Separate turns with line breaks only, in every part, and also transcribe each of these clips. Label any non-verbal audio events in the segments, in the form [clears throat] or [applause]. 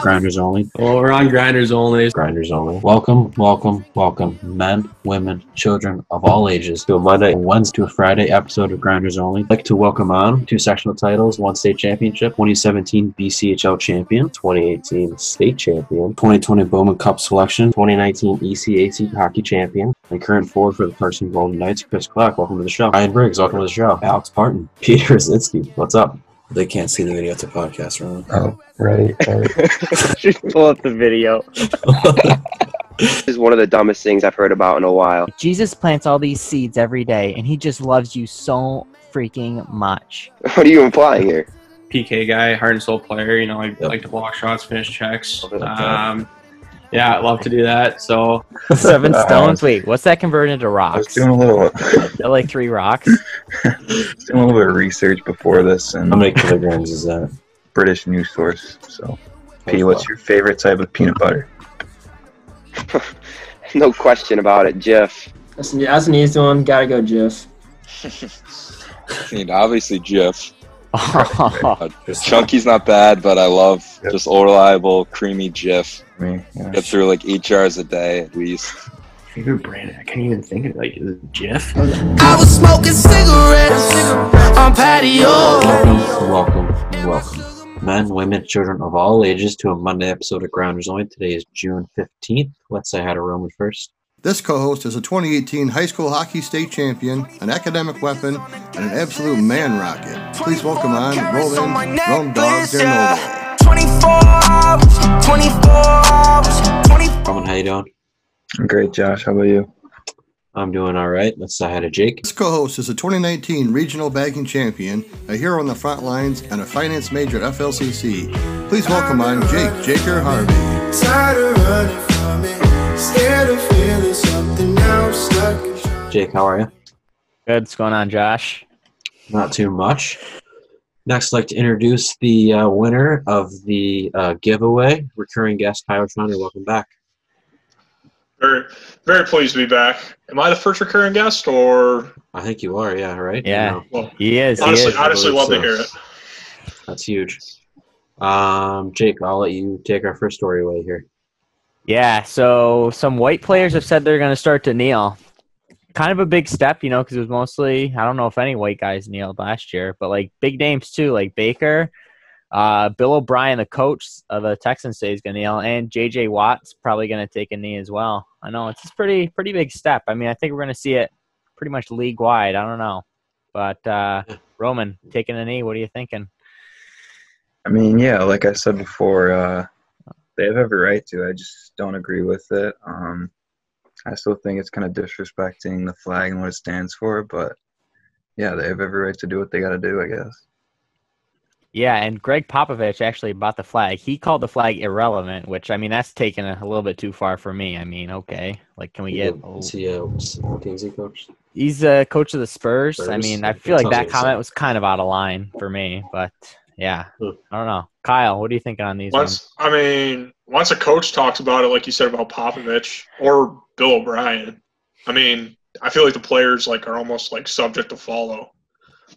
grinders only.
Well, we're on grinders only.
Grinders only.
Welcome, welcome, welcome, men, women, children of all ages, to a Monday, Wednesday, to a Friday episode of Grinders Only. I'd like to welcome on two sectional titles, one state championship, 2017 BCHL champion, 2018 state champion, 2020 Bowman Cup selection, E 2019 ECAC hockey champion, and current forward for the Carson Golden Knights, Chris Clark. Welcome to the show. Ryan Briggs, welcome to the show. Alex Parton, [laughs] Peter Zinski, what's up? Um, They can't see the video. It's a podcast, right?
Oh, right. right.
[laughs] Just pull up the video.
This is one of the dumbest things I've heard about in a while. [laughs]
Jesus plants all these seeds every day, and he just loves you so freaking much.
What are you implying here?
PK guy, heart and soul player. You know, I
Yep.
like to block shots, finish checks.
Love it.
Um, yeah, I love to do that. So
Seven
Uh,
stones. Wait, what's that converted into
I was
rocks?
doing a little, [laughs]
Is that like three rocks. [laughs]
doing a little bit of research before this, and
How
I'm a
many kilograms is that?
British news source. So, P, what's your favorite type of peanut butter?
No question about it, Jeff.
That's, an- that's an easy one. Gotta go, Jeff.
I mean, obviously, Jif.
Oh,
Chunky's not bad, but I love
Yep.
just all reliable, creamy Jif.
I mean, yeah.
Get through like eight jars a day at least.
favorite brand, I can't even think of like is it Jif.
I was smoking cigarettes on patio.
Welcome, welcome, welcome. Men, women, children of all ages to a Monday episode of Grounders Only. Today is June 15th. Let's say hi to Roman first.
This co host is a 2018 high school hockey state champion, an academic weapon, and an absolute man rocket. Please welcome on Roland, Rome Dog, Chernobyl.
24 hours, 24 hours, 24
Roman, how you doing?
Great, Josh. How about you?
I'm doing all right. Let's say hi to Jake.
This co host is a 2019 regional bagging champion, a hero on the front lines, and a finance major at FLCC. Please welcome on Jake Jaker Harvey.
Tired of running from it, scared of feeling something now I'm stuck in
Jake, how are you?
good. What's going on, Josh?
Not too much. Next, I'd like to introduce the uh, winner of the uh, giveaway, recurring guest Kyle Trotter. Welcome back.
Very, very pleased to be back. Am I the first recurring guest, or
I think you are, yeah, right?
Yeah.
No,
well,
He is. He
honestly,
is.
honestly, love to hear it.
that's huge. Um, Jake, I'll let you take our first story away here.
Yeah, so some white players have said they're going to start to kneel. Kind of a big step, you know, because it was mostly, I don't know if any white guys kneeled last year, but like big names too, like Baker, uh, Bill O'Brien, the coach of the Texans, today is going to kneel, and JJ Watt's probably going to take a knee as well. I know it's a pretty, pretty big step. I mean, I think we're going to see it pretty much league wide. I don't know. But uh, Roman, taking a knee, what are you thinking?
I mean, yeah, like I said before, uh, they have every right to. I just don't agree with it. Um, I still think it's kind of disrespecting the flag and what it stands for, but yeah, they have every right to do what they got to do, I guess.
Yeah, and Greg Popovich actually bought the flag. He called the flag irrelevant, which I mean that's taken a, a little bit too far for me. I mean, okay, like can we get?
Is he a Kingsy coach?
He's a coach of the Spurs. I
Spurs?
mean, I
That
feel like
sounds
that
like
comment
something.
was kind of out of line for me, but yeah,
Hmm.
I don't know. Kyle, what are you thinking on these ones?
Once, I mean, once a coach talks about it, like you said about Popovich or Bill O'Brien, I mean, I feel like the players like are almost like subject to follow,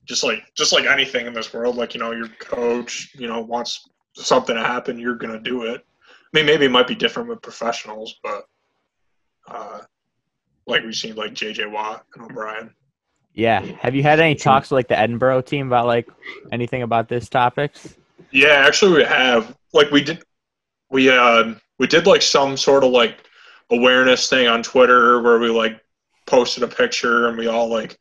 just like just like anything in this world. Like you know, your coach, you know, wants something to happen, you're gonna do it. I mean, maybe it might be different with professionals, but uh, like we've seen, like J.J. Watt and O'Brien.
Yeah, have you had any talks with like the Edinburgh team about like anything about this topic?
Yeah, actually, we have. Like, we did, we um, we did like some sort of like awareness thing on Twitter where we like posted a picture and we all like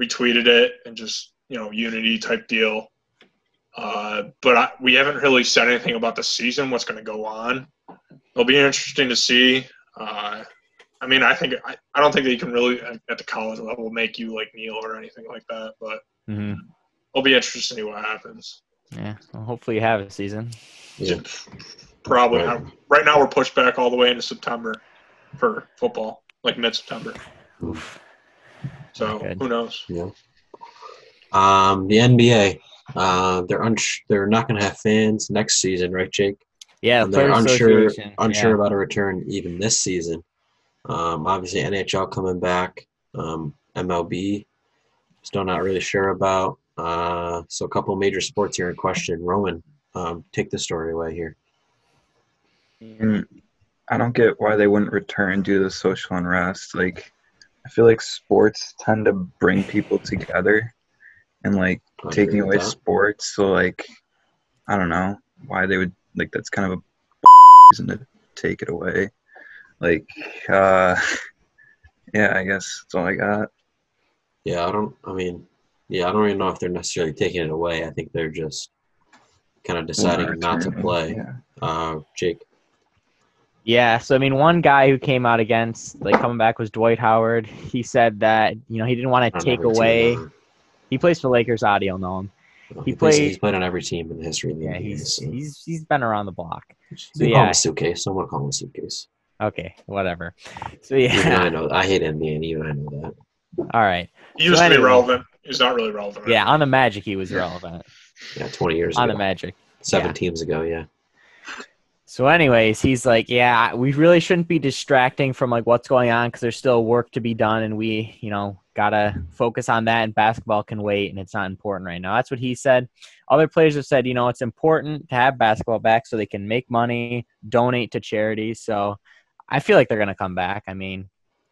retweeted it and just you know unity type deal. Uh, but I, we haven't really said anything about the season, what's going to go on. It'll be interesting to see. Uh, I mean, I think I, I don't think that you can really at at the college level make you like kneel or anything like that, but
hmm
it'll be interesting to see what happens.
Yeah, well, hopefully you have a season.
Yeah.
Probably
Right.
not. Right now, we're pushed back all the way into September for football, like mid-September.
Oof.
So
Not good.
who knows?
Um, the NBA. Uh, they're uns- they're not going to have fans next season, right, Jake?
Yeah,
and
the
they're
Players
unsure
Association,
unsure
yeah.
about a return even this season. Um, obviously NHL coming back, um, MLB still not really sure about. Uh, so a couple major sports here in question. Roman, um, take the story away here.
Mm-hmm.
And I don't get why they wouldn't return due to social unrest. Like, I feel like sports tend to bring people together, and like
I agree
taking
with
away
that.
sports. So like, I don't know why they would like. That's kind of a [laughs] reason to take it away. Like, uh, [laughs] yeah, I guess that's all I got.
Yeah, I don't. I mean, yeah, I don't even know if they're necessarily taking it away. I think they're just kind of deciding not to
returning,
play.
yeah.
Uh, Jake,
Yeah, so I mean, one guy who came out against, like coming back, was Dwight Howard. He said that you know he didn't want
On
to take
every team,
away.
huh?
He plays for Lakers. Adi will know him. He
plays-
played-
He's played on every team in the history of the
Yeah,
NBA.
he's
so-
he's he's been around the block. So
They call him
yeah,
a suitcase. Someone call him a
[laughs]
suitcase.
okay, whatever. So
Even I
yeah,
know. I hate NBA, and even I know that.
[laughs] all right.
He used
So
to be
anyway.
relevant. He's not really relevant.
Yeah, on the Magic he was relevant.
Yeah, 20 years
On
ago.
the Magic.
Seven
yeah.
teams ago, yeah.
So, anyways, he's like, yeah, we really shouldn't be distracting from like what's going on because there's still work to be done, and we, you know, gotta focus on that. And basketball can wait, and it's not important right now. That's what he said. Other players have said, you know, it's important to have basketball back so they can make money, donate to charities. So, I feel like they're gonna come back. I mean,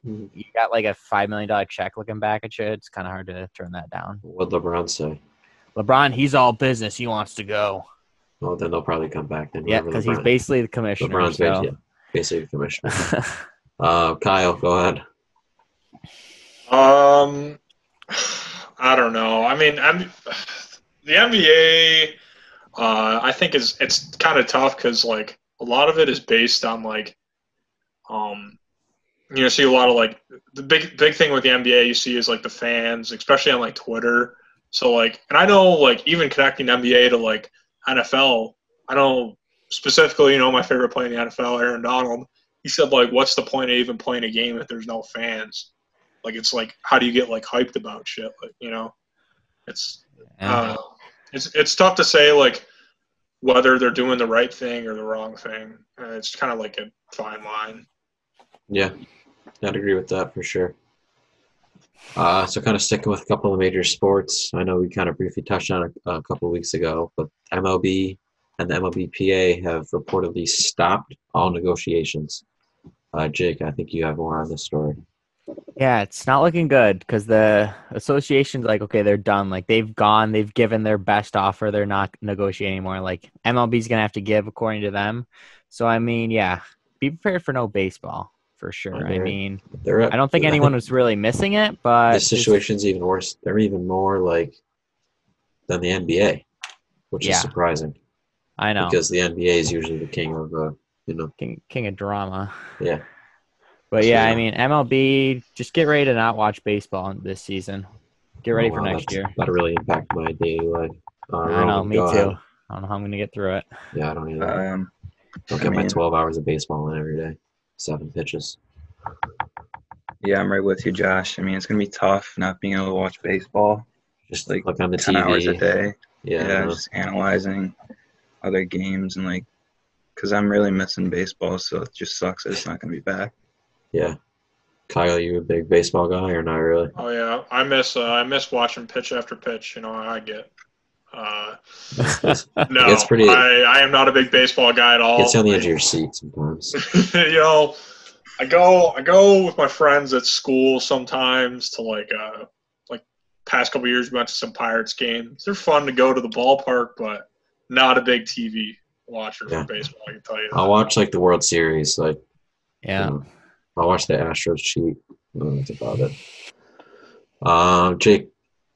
Mhm.
you got like a five million dollar check looking back at you. It's kind of hard to turn that down.
What LeBron say?
LeBron, he's all business. He wants to go.
Oh, then they'll probably come back then.
Yeah,
whoever
because he's
LeBron-
basically the commissioner.
LeBron's
so-
basically, basically the commissioner.
[laughs]
uh, Kyle, go ahead.
Um, I don't know. I mean, I'm the NBA. Uh, I think is it's kind of tough because like a lot of it is based on like, um, you know, see a lot of like the big big thing with the NBA you see is like the fans, especially on like Twitter. So like, and I know like even connecting NBA to like NFL, I know specifically, you know, my favorite player in the NFL, Aaron Donald. He said like, what's the point of even playing a game if there's no fans? Like it's like how do you get like hyped about shit? Like you know, it's uh, it's it's tough to say like whether they're doing the right thing or the wrong thing. Uh, it's kind of like a fine line.
Yeah, I'd agree with that for sure. Uh, so, kind of sticking with a couple of major sports. I know we kind of briefly touched on it a couple of weeks ago, but MLB and the MLBPA have reportedly stopped all negotiations. Uh, Jake, I think you have more on this story.
Yeah, it's not looking good because the association's like, okay, they're done. Like they've gone, they've given their best offer. They're not negotiating anymore. Like MLB's gonna have to give according to them. So I mean, yeah, be prepared for no baseball for sure. I
Mhm. [laughs]
mean,
They're at,
I don't think anyone was really missing it, but
The
it's-
situation's even worse. They're even more like than the NBA, which
Yeah.
is surprising
I know
because the NBA is usually the king of uh, you know
king, king of drama.
yeah
But yeah, I
Yeah.
mean, MLB, just get ready to not watch baseball this season. Get ready
Oh,
for
wow,
next
that's-
year.
That really impacted my daily life. Uh,
I know,
Roman,
me too.
go ahead.
I don't know how I'm gonna get through it.
Yeah, I don't either.
Um,
Don't
I
get my
mean-
12 hours of baseball in every day. Seven pitches.
yeah, I'm right with you, Josh. I mean, it's gonna be tough not being able to watch baseball.
Just
Like,
click on the
Ten
TV.
hours a day.
Yeah. I
yeah,
know.
just analyzing other games and like because i'm really missing baseball so it just sucks that it's not going to be back
yeah. Kyle, you a big baseball guy or not
[laughs]
really? [laughs]
Oh yeah, I miss uh, I miss watching pitch after pitch. You know, I get.
[laughs]
Uh, no,
It's pretty-
I, I am not a big baseball guy at all.
Gets you on the edge of your seat sometimes.
[laughs] you know, I go I go with my friends at school sometimes to like uh like past couple years we went to some Pirates games. They're fun to go to the ballpark, but not a big TV watcher
Yeah.
for baseball. I can tell you. that.
I'll watch like the World Series. Like,
Yeah.
you know, I'll watch the Astros cheat. Uh, That's about it. Uh, Jake,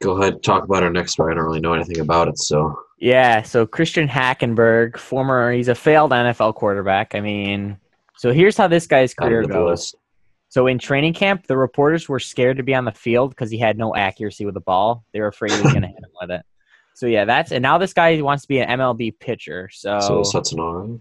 go ahead talk about our next story. I don't really know anything about it, so
Yeah, so Christian Hackenberg, former he's a failed NFL quarterback. I mean, so here's how this guy's
out
career
of the
goes.
list.
So in training camp, the reporters were scared to be on the field because he had no accuracy with the ball. They were afraid he was going to hit him with it. So yeah, that's and now this guy wants to be an MLB pitcher. So,
So is Hudson all right?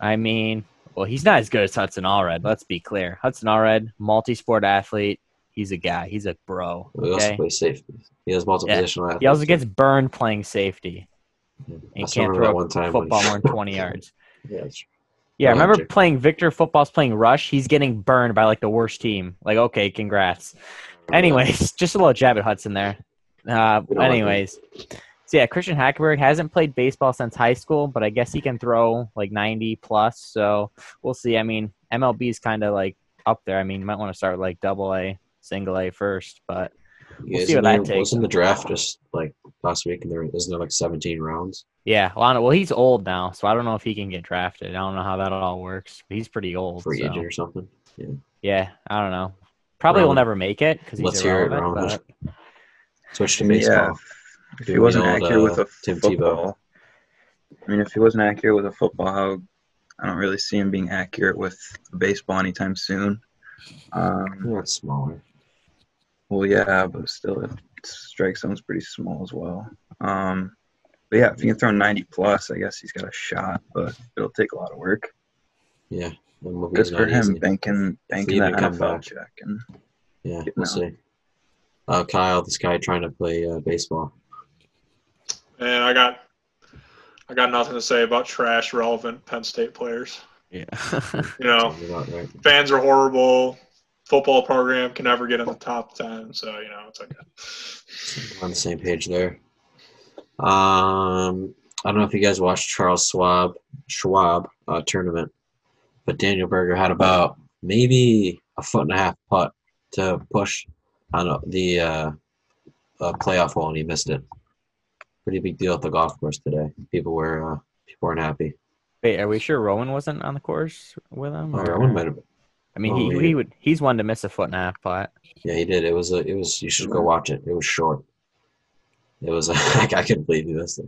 I mean, well, he's not as good as Hudson Allred. Let's be clear. Hudson Allred, multi-sport athlete. He's a guy. He's a bro.
He also
Okay.
plays safety. He has multiple
Yeah.
positional athletes.
He also gets burned playing safety.
I
He
still
can't
remember that
throw
one
a
time when-
football more than 20 yards.
[laughs] Yeah, that's-
Yeah,
Oh,
remember
Jake.
playing Victor football's playing Rush? He's getting burned by like the worst team. Like, okay, [laughs] congrats. Anyways, just a little jab at Hudson there. Uh,
We don't like him.
anyways, So yeah, Christian Hackenberg hasn't played baseball since high school, but I guess he can throw like 90 plus. So we'll see. I mean, MLB is kind of like up there. I mean, you might want to start with, like double A, single A first, but we'll
Yeah,
see
isn't
what that
there-
takes.
Wasn't the draft just like last week? And there isn't there like 17 rounds?
Yeah, Lana. Well, he's old now, so I don't know if he can get drafted. I don't know how that all works. He's pretty old.
Free
so-
agent or something? Yeah.
Yeah, I don't know. Probably will
Rowan.
never make it because he's
Let's hear it,
irrelevant.
Rowan.
but-
Switch to
Yeah.
baseball.
If
Give
he
me
wasn't
old,
accurate with
uh,
a football, I mean, if he wasn't accurate with a football, how I don't really see him being accurate with baseball anytime soon. Um,
Yeah, it's smaller.
Well, yeah, but still, the strike zone's pretty small as well. Um, but yeah, if he can throw 90 plus, I guess he's got a shot, but it'll take a lot of work.
Yeah. MLB
Good
is
for
not
him
easy.
banking, banking
Leave
that
it come
NFL
back.
check. And
Yeah,
Get
we'll
down.
see. Uh, Kyle, this guy trying to play uh, baseball.
And I got I got nothing to say about trash relevant Penn State players.
Yeah.
You know,
Sounds about right.
fans are horrible. Football program can never get in the top ten, so you know it's like
We're on the same page there. Um, I don't know if you guys watched Charles Schwab Schwab uh, tournament, but Daniel Berger had about maybe a foot and a half putt to push on uh, the uh, uh, playoff hole, and he missed it. Pretty big deal at the golf course today. People were uh, people weren't happy.
Wait, are we sure Rowan wasn't on the course with him?
Oh,
or-
Rowan might have.
I mean,
oh,
he,
yeah.
he would. He's one to miss a foot and a half putt.
Yeah, he did. It was a. It was. You should go watch it. It was short. It was. [laughs] I I couldn't believe he missed it.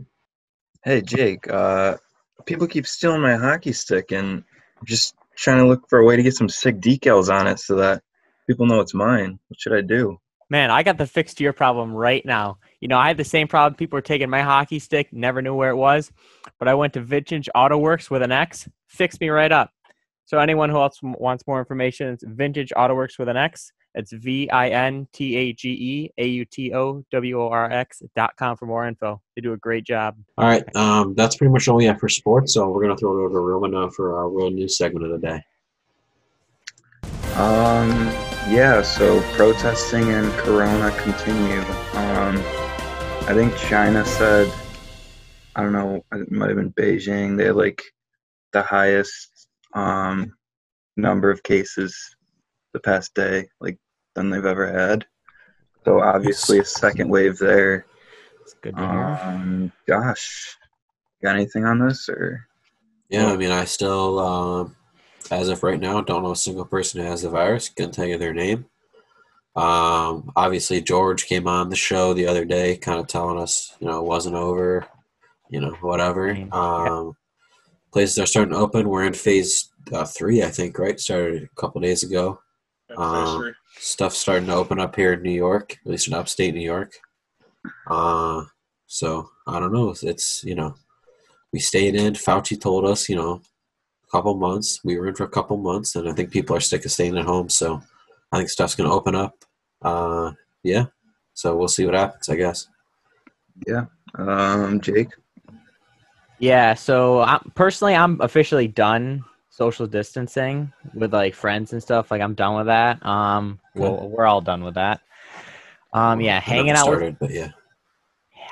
hey, Jake, uh, people keep stealing my hockey stick, and I'm just trying to look for a way to get some sick decals on it so that people know it's mine. What should I do?
Man, I got the fix to your problem right now. You know, I had the same problem. People were taking my hockey stick, never knew where it was. But I went to Vintage Auto Works with an X, fixed me right up. So anyone who else m- wants more information, it's Vintage Auto Works with an X. It's V I N T A G E A U T O W O R X dot com for more info. They do a great job.
All right, um, that's pretty much all we have for sports. So we're gonna throw it over to Roman now for our world news segment of the day.
Um, yeah, so protesting and Corona continue. Um, I think China said, I don't know, it might have been Beijing, they had like the highest um, number of cases the past day, like than they've ever had. So obviously a second wave there.
It's good to hear.
Um, gosh, got anything on this or?
Yeah, I mean, I still, um, as of right now, don't know a single person who has the virus. Couldn't tell you their name. Um, obviously, George came on the show the other day, kind of telling us, you know, it wasn't over, you know, whatever. Um, places are starting to open. We're in phase uh, three, I think, right? Started a couple days ago.
Uh-huh.
Um, stuff starting to open up here in New York, at least in upstate New York. Uh, so I don't know. It's, it's you know, we stayed in. Fauci told us, you know, a couple months. We were in for a couple months, and I think people are sick of staying at home. So I think stuff's going to open up. Uh, yeah. So we'll see what happens, I guess.
Yeah. Um, Jake?
Yeah, so I, personally, I'm officially done social distancing with like friends and stuff. Like, I'm done with that. Um, well, we're all done with that. Um, yeah,
I never
hanging out. With,
started, but yeah.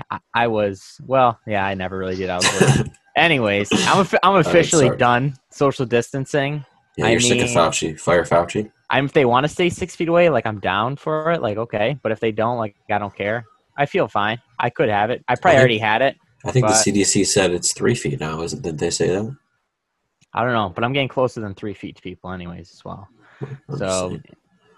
I, I was well, yeah, I never really did. I was. working. Anyways, I'm offi- I'm officially
sorry.
done social distancing.
Yeah,
I
you're sick of
mean-
Fauci. Fire Fauci.
I'm if they want to stay six feet away, like I'm down for it. Like okay, but if they don't, like I don't care. I feel fine. I could have it. I probably
think-
already had it.
I think
but-
the CDC said it's three feet now, isn't? Didn't they say that?
I don't know, but I'm getting closer than three feet to people, anyways, as well.
I'm just
So,
saying.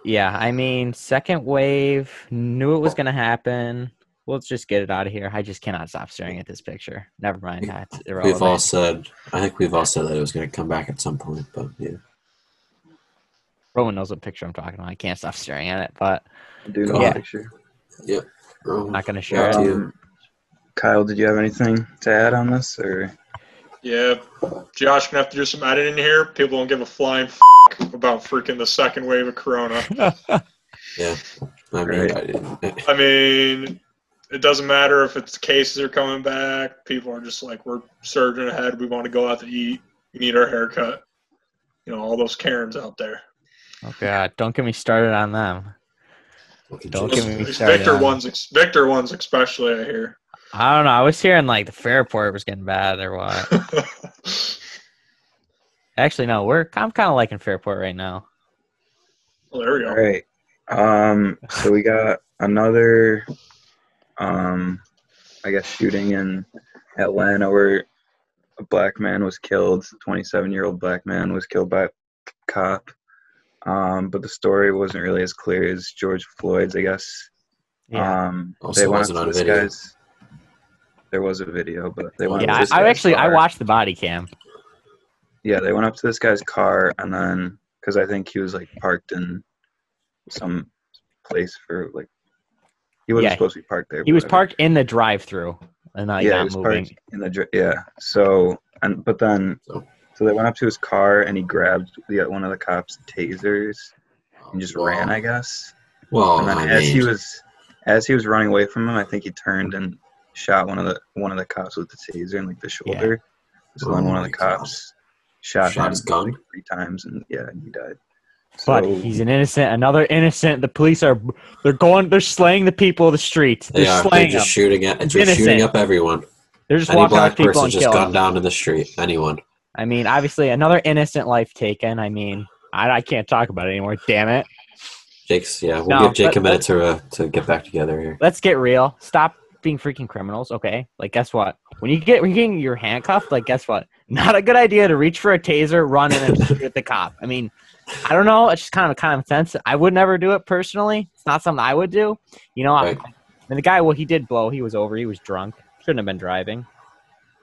yeah, I mean, second wave knew it was going to happen. Let's just get it out of here. I just cannot stop staring at this picture. Never mind. That's irrelevant.
we've all said. I think we've all said that it was going to come back at some point, but yeah.
Roman knows what picture I'm talking about. I can't stop staring at it, but
I do know
Yeah.
the picture.
Yep.
I'm not going to share
Back to
it.
you.
Um, Kyle, did you have anything to add on this, or
Yeah, Josh gonna have to do some editing here. People don't give a flying f- about freaking the second wave of Corona.
Yeah. I mean, I-
I mean, it doesn't matter if it's cases are coming back. People are just like, we're surging ahead. We want to go out to eat. We need our haircut. You know, all those Karens out there.
Oh, God. Don't get me started on them. Don't get me
These
started.
Victor
on-
ones, ex- Victor ones especially. I hear. [laughs]
I don't know. I was hearing like the Fairport was getting bad or what. Actually, no. We're I'm kind of liking Fairport right now.
Well, there we go.
All right. Um, so we got another, um, I guess, shooting in Atlanta where a black man was killed. 27 year old black man was killed by a cop. Um, but the story wasn't really as clear as George Floyd's, I guess.
Yeah.
Um,
Also
they went
wasn't
after
on
this
video.
guy's. There was a video, but they went.
yeah,
after this
I, I
guy's
actually I
car.
watched the body cam.
Yeah, they went up to this guy's car and then because I think he was like parked in some place for like he wasn't
Yeah.
supposed to be parked there.
He was
but-
parked in the drive-through and like
yeah, he
not
was
moving.
parked in the dr- yeah. So and but then
So-
so they went up to his car and he grabbed the one of the cops' tasers and just
Wow.
ran, I guess.
Well,
and then
I
as
mean,
he was as he was running away from him, I think he turned and shot one of the one of the cops with the taser in like the shoulder. So then
Oh
one of
my
the cops shot,
Shot
him,
his gun?
like, three times, and yeah, he died.
But
So-
he's an innocent, another innocent. The police are they're going they're slaying the people of the streets. They're
they are they're
slaying
just
them.
shooting at,
It's
just shooting
innocent.
up everyone.
They're just
Any
walking up
black
to people
person
and
just
killing.
gone
them.
down to the street. Anyone.
I mean, obviously, another innocent life taken. I mean, I, I can't talk about it anymore. Damn it.
Jake's yeah. We'll
No,
give Jake
let-
a minute
let's-
to uh, to get back together here.
Let's get real. Stop being freaking criminals, okay? Like, guess what? When you get when you're getting your handcuffed, like, guess what? Not a good idea to reach for a taser, run, and then shoot at the cop. I mean, I don't know. It's just kind of common sense. I would never do it personally. It's not something I would do. You know, I-
Right.
and the guy, well, he did blow. He was over. He was drunk. Shouldn't have been driving.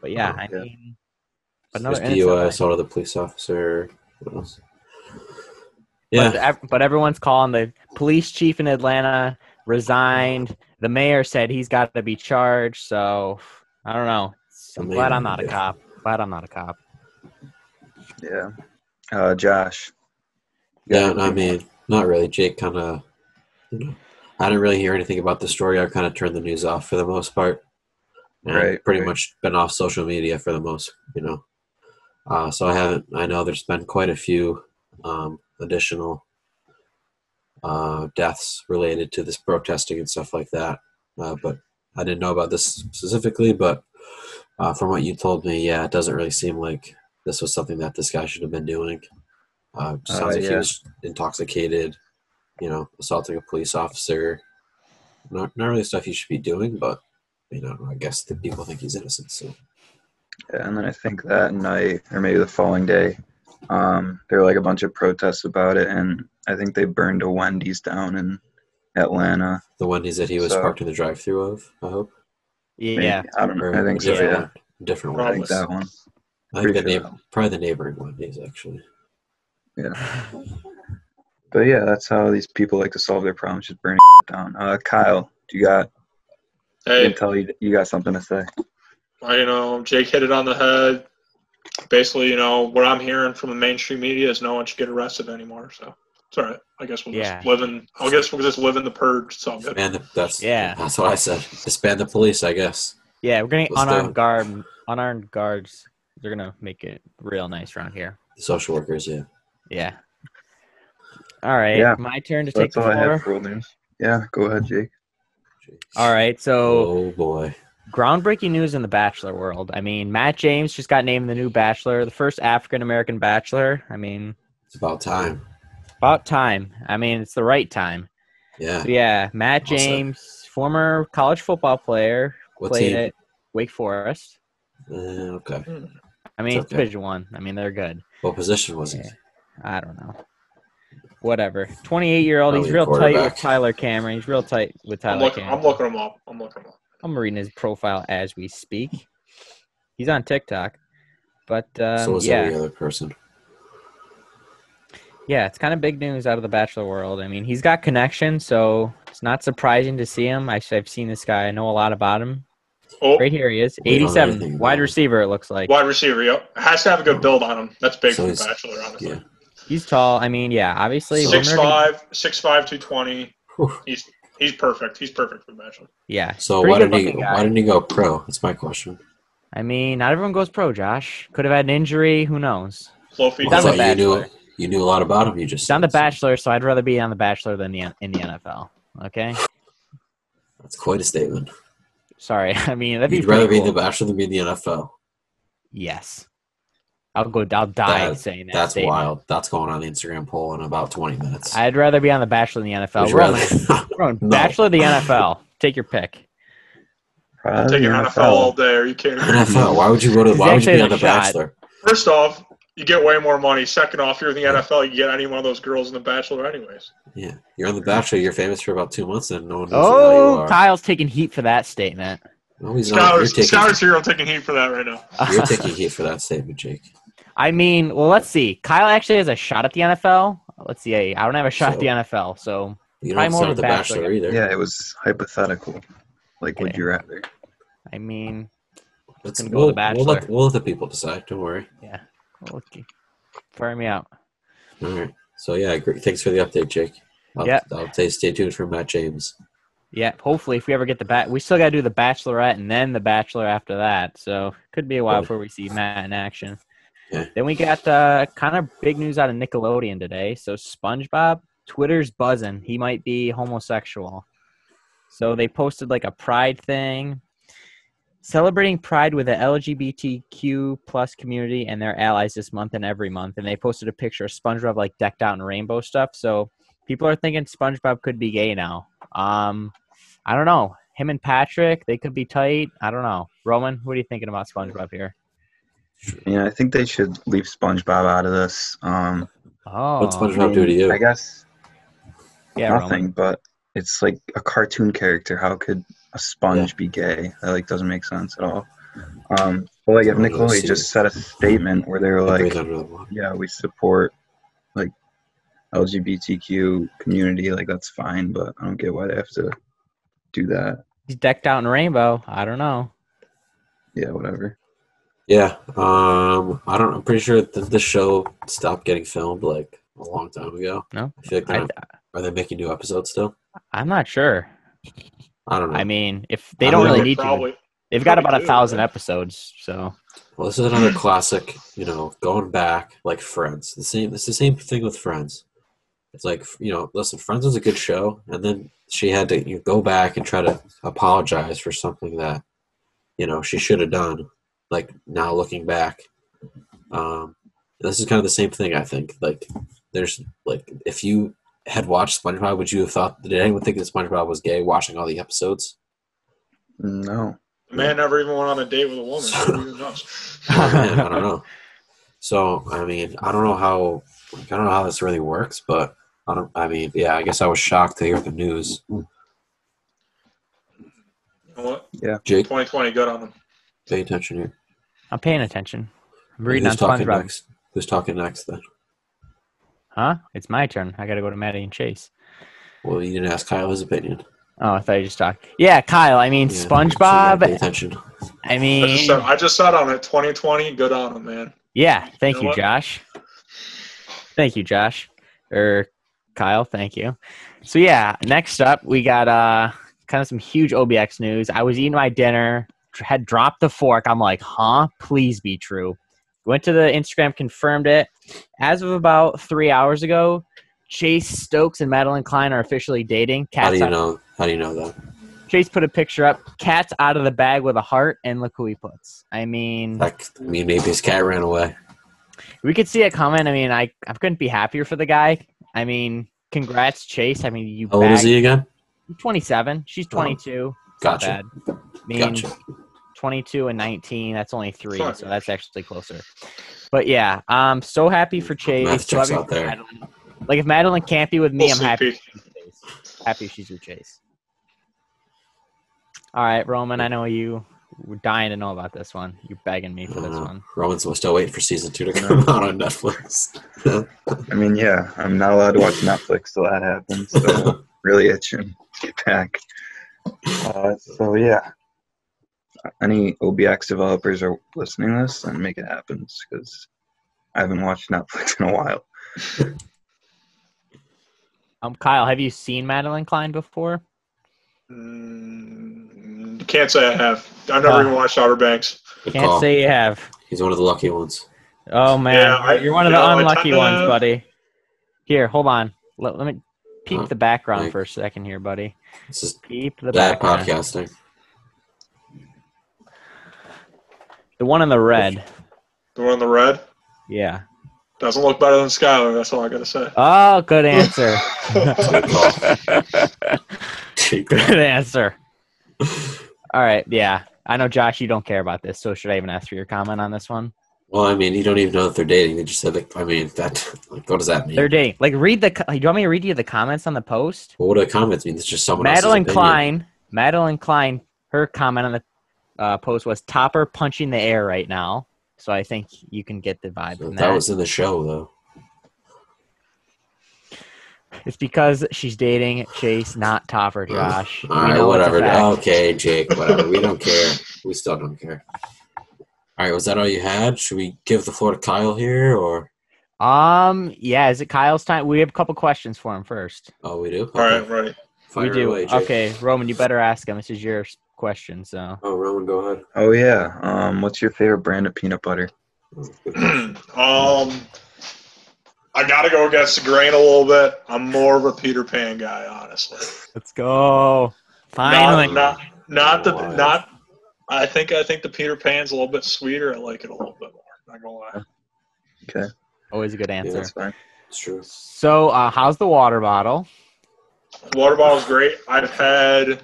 But yeah, I
yeah.
mean, but
There's
another innocent
DUI,
life.
assault of the police officer. What else?
But,
Yeah,
ev- but everyone's calling the police chief in Atlanta resigned. The mayor said he's got to be charged. So I don't know. I'm
The
glad
mayor,
I'm not a
yeah.
cop. Glad I'm not a cop.
Yeah. Uh, Josh.
yeah. I mean, not really. Jake kind of. You know, I didn't really hear anything about the story. I kind of turned the news off for the most part. And
Right,
Pretty
right.
much been off social media for the most. You know. Uh, so I haven't. I know there's been quite a few um, additional uh, deaths related to this protesting and stuff like that. Uh, but I didn't know about this specifically. But uh, from what you told me, yeah, it doesn't really seem like this was something that this guy should have been doing. Uh, it sounds
Uh,
like he
yeah.
was intoxicated, you know, assaulting a police officer. Not, not really stuff you should be doing, but you know, I guess the people think he's innocent. So
Yeah, and then I think that night, or maybe the following day, um, there were like a bunch of protests about it, and I think they burned a Wendy's down in Atlanta.
the Wendy's that he was
So-
parked in the drive-through of, I hope.
Maybe.
Yeah.
I don't know.
Or
I think
a
so.
different
Yeah.
one. Different
I
one.
think that
I
one.
think the
Pretty sure
neighbor, probably the neighboring Wendy's actually.
But yeah, that's how these people like to solve their problems, just burning down. Uh, Kyle, you got? I
Hey,
can tell you you got something to say.
I, you know, Jake hit it on the head. Basically, you know, what I'm hearing from the mainstream media is no one should get arrested anymore. So it's all right. I guess we'll
Yeah.
just live in. I guess we'll just live in the purge. It's all good.
And the, that's
Yeah.
That's what I said. Disband the police, I guess.
[laughs] Yeah, we're getting
Let's do
unarmed
it.
guard. Unarmed guards. They're gonna make it real nice around here.
The social workers, yeah.
Yeah. All right.
Yeah.
My turn to take
That's
the
all I have
floor.
for old news. Yeah, go ahead, Jake.
All right. So.
Oh boy.
groundbreaking news in the bachelor world. I mean, Matt James just got named the new bachelor, the first African American bachelor. I mean,
It's about time.
about time. I mean, it's the right time.
Yeah.
yeah, Matt
Awesome.
James, former college football player,
What
played
team?
at Wake Forest.
Uh, okay.
I mean,
It's
it's
okay.
Division One. I. mean, they're good.
What position was he?
Yeah. I don't know. Whatever. Twenty-eight year old. He's
Probably
real tight with
quarterback.
Tyler Cameron. He's real tight with
I'm
Tyler
looking.
Cameron.
I'm looking them up. I'm looking them up.
I'm reading his profile as we speak. He's on TikTok, but um,
so was
yeah.
every other person.
Yeah, it's kind of big news out of the Bachelor world. I mean, he's got connections, so it's not surprising to see him. I, I've seen this guy. I know a lot about him.
Oh,
Right here he is,
We don't know
87,
anything
wide
about him.
receiver. It looks like
wide receiver. Yep. Has to have a good build on him. That's big
So
for the
he's-
bachelor, honestly.
Yeah.
he's tall. I mean, yeah, obviously. when
Six
they're gonna-
five, six five, two twenty.
Whew.
He's he's perfect. He's perfect for the bachelor.
Yeah.
So
pretty
why didn't he
good-looking guy.
why didn't he go pro? That's my question.
I mean, not everyone goes pro. Josh could have had an injury. Who knows?
Low feet.
He's on
I
the
thought you knew
Bachelor.
you knew a lot about him, you just
He's on the
said, so
Bachelor, so I'd rather be on the Bachelor than the in the NFL. Okay.
That's quite a statement.
Sorry, [laughs] I mean that'd be
You'd rather
pretty
be
cool.
the Bachelor than be in the NFL.
Yes, I'll go. I'll die
That-
saying that.
That's
statement.
wild. That's going on the Instagram poll in about 20 minutes.
I'd rather be on the Bachelor than the NFL.
Would you
We're on,
rather-
we're on
No.
Bachelor of the NFL. Take your pick.
Take your NFL all day. Are you kidding?
[laughs]
me?
NFL. Why would you go to?
He's
Why would you be
actually
on the
shot.
Bachelor?
First off, you get way more money. Second off, you're in the NFL. You get any one of those girls in the Bachelor, anyways.
Yeah, you're on the Bachelor. You're famous for about two months, and no one knows who
Oh,
the hell you are.
Kyle's taking heat for that statement.
No, he's not. You're
Scouters,
taking,
Scouters here. I'm taking heat for that right now.
[laughs]
you're taking heat for that statement, Jake.
I mean, well, let's see. Kyle actually has a shot at the NFL. Let's see. I don't have a shot
So-
at the NFL, so
You
Probably
don't
more
start
of
the
a
Bachelor,
Bachelor.
either.
Yeah, it was hypothetical. Like, would you rather?
I mean,
Let's
gonna go
we'll,
with the
we'll let,
Bachelor.
we'll let the people decide. Don't worry.
yeah. Okay. Fire me out.
All right. So yeah, great. thanks for the update, Jake. I'll,
Yeah.
I'll say stay tuned for Matt James.
Yeah. Hopefully, if we ever get the bat, we still got to do the Bachelorette and then the Bachelor after that. So could be a while
Really?
before we see Matt in action.
Yeah.
Then we got uh, kind of big news out of Nickelodeon today. So SpongeBob, Twitter's buzzing. He might be homosexual. So they posted like a pride thing, celebrating pride with the LGBTQ plus community and their allies this month and every month. And they posted a picture of SpongeBob like decked out in rainbow stuff. So people are thinking SpongeBob could be gay now. Um, I don't know. Him and Patrick, they could be tight. I don't know. Roman, what are you thinking about SpongeBob here?
Yeah, I think they should leave SpongeBob out of this. Um,
Oh,
What's SpongeBob do to you?
I guess
yeah,
nothing,
Roman.
but it's like a cartoon character. How could a sponge be gay? That like doesn't make sense at all. Um, but like if
Totally see.
Nickelodeon just set a statement where they were
I
like,
breathe under the water.
yeah, we support like LGBTQ community, like that's fine, but I don't get why they have to do that.
He's decked out in rainbow. I don't know.
Yeah, whatever.
Yeah. Um. I don't. I'm pretty sure that this show stopped getting filmed like a long time ago.
No.
I feel like they're
I,
not- are they making new episodes still?
I'm not sure.
I don't know.
I mean, if they
I
don't
don't
really
know.
need to,
Probably.
they've got
Probably
about a
do,
thousand
right?
episodes. So
Well, this is another classic, you know, going back like Friends. The same. It's the same thing with Friends. It's like you know, listen, Friends was a good show, and then she had to you know, go back and try to apologize for something that you know she should have done. Like now looking back, um, this is kind of the same thing. I think like there's like if you had watched SpongeBob, would you have thought did anyone think that SpongeBob was gay watching all the episodes?
No.
The man never even went on a date with a woman. so who knows?
Oh, [laughs] man, I
[laughs]
don't know. So I mean, I don't know how like, I don't know how this really works, but I don't. I mean, yeah, I guess I was shocked to hear the news.
Hmm.
You know what?
Jake,
2020, good on them.
pay attention here.
I'm paying attention. I'm reading
Who's
on
talking
SpongeBob.
next? Who's talking next? Then.
Huh? It's my turn. I got to go to Maddie and Chase.
Well, you didn't ask Kyle his opinion.
Oh, I thought you just talked. Yeah, Kyle. I mean,
Yeah, so you gotta Pay
SpongeBob.
attention.
I
I just,
mean,
said, I just said on it, 2020, good on them, man.
yeah. Thank
You know
you,
what?
Josh. Thank you, Josh, or Kyle. Thank you. So yeah, next up we got uh kind of some huge OBX news. I was eating my dinner, tr- had dropped the fork. I'm like, huh? Please be true. Went to the Instagram, confirmed it. As of about three hours ago, Chase Stokes and Madeline Klein are officially dating.
How do
Cat's Mm.
you know? How do you know that?
Chase put a picture up. Cat's out of the bag with a heart, and look who he puts. I mean,
Like, I mean, maybe his cat ran away.
we could see a comment. I mean, I, I couldn't be happier for the guy. I mean, congrats, Chase. I mean, you
How old is
bagged-
he again?
27. She's 22. It's not
Gotcha.
bad. I mean,
Gotcha.
22 and 19, that's only three,
Fuck.
so that's actually closer. But yeah, I'm so happy for Chase.
Math
so
checks
happy
out
for
there.
Madeline. Like, if Madeline can't be with me,
We'll
I'm
see,
happy.
Pete.
she's with Chase. Happy she's with Chase. All right, Roman, I know you were dying to know about this one. You're begging me for this
Uh,
one.
Roman's still waiting for season two to come out on Netflix.
I mean, yeah, I'm not allowed to watch Netflix till that happens. [laughs] So really itching to get back. Uh, so yeah, any OBX developers are listening to this, and make it happen because I haven't watched Netflix in a while.
Um, Kyle, have you seen Madeline Klein before?
Mm, can't say I have. I've never
Uh,
even watched Outer Banks.
Good
Can't
call.
say you have.
He's one of the lucky ones.
Oh man,
Yeah, I-
you're one of
you know,
the
I
unlucky
kinda-
ones, buddy. Here, hold on. Let, let me peep
Huh,
the background
like-
for a second here, buddy.
This is
Peep the
bad
background.
podcasting.
The one in the red.
The one in the red
Yeah.
doesn't look better than Skylar. That's all I gotta say.
Oh, good
[laughs]
answer.
Take
good answer. All right. Yeah. I know, Josh, you don't care about this, so should I even ask for your comment on this one?
Well, I mean, you don't even know if they're dating. They just said, like, I mean, that. Like, what does that mean?
They're dating. Like, read the. co- Like, do you want me to read you the comments on the post?
Well, what do the comments mean? It's just someone
Madeline
else's opinion.
Klein. Madeline Klein. Her comment on the uh, post was "Topper punching the air right now," so I think you can get the vibe from
That,
that.
was in the show, though.
It's because she's dating Chase, not Topper. Josh.
All
We
right,
know it's a
whatever.
fact.
Okay, Jake, whatever. we don't care. We still don't care. All right, was that all you had? Should we give the floor to Kyle here, or
Um. Yeah. Is it Kyle's time? We have a couple questions for him first.
oh, we do? Okay.
All right, ready.
Fire
we do.
away, Jake.
okay, Roman, you better ask him. This is your s- question. So
Oh, Roman, go ahead.
Oh yeah. Um, what's your favorite brand of peanut butter?
[clears throat] um, I gotta go against the grain a little bit. I'm more of a Peter Pan guy, honestly.
let's go. Finally.
Not, not, not the
Wild.
not. I think I think the Peter Pan's a little bit sweeter. I like it a little bit more. Not gonna lie.
Always a good answer.
That's fine.
It's true.
so, uh, how's the water bottle?
Water bottle's great. I've had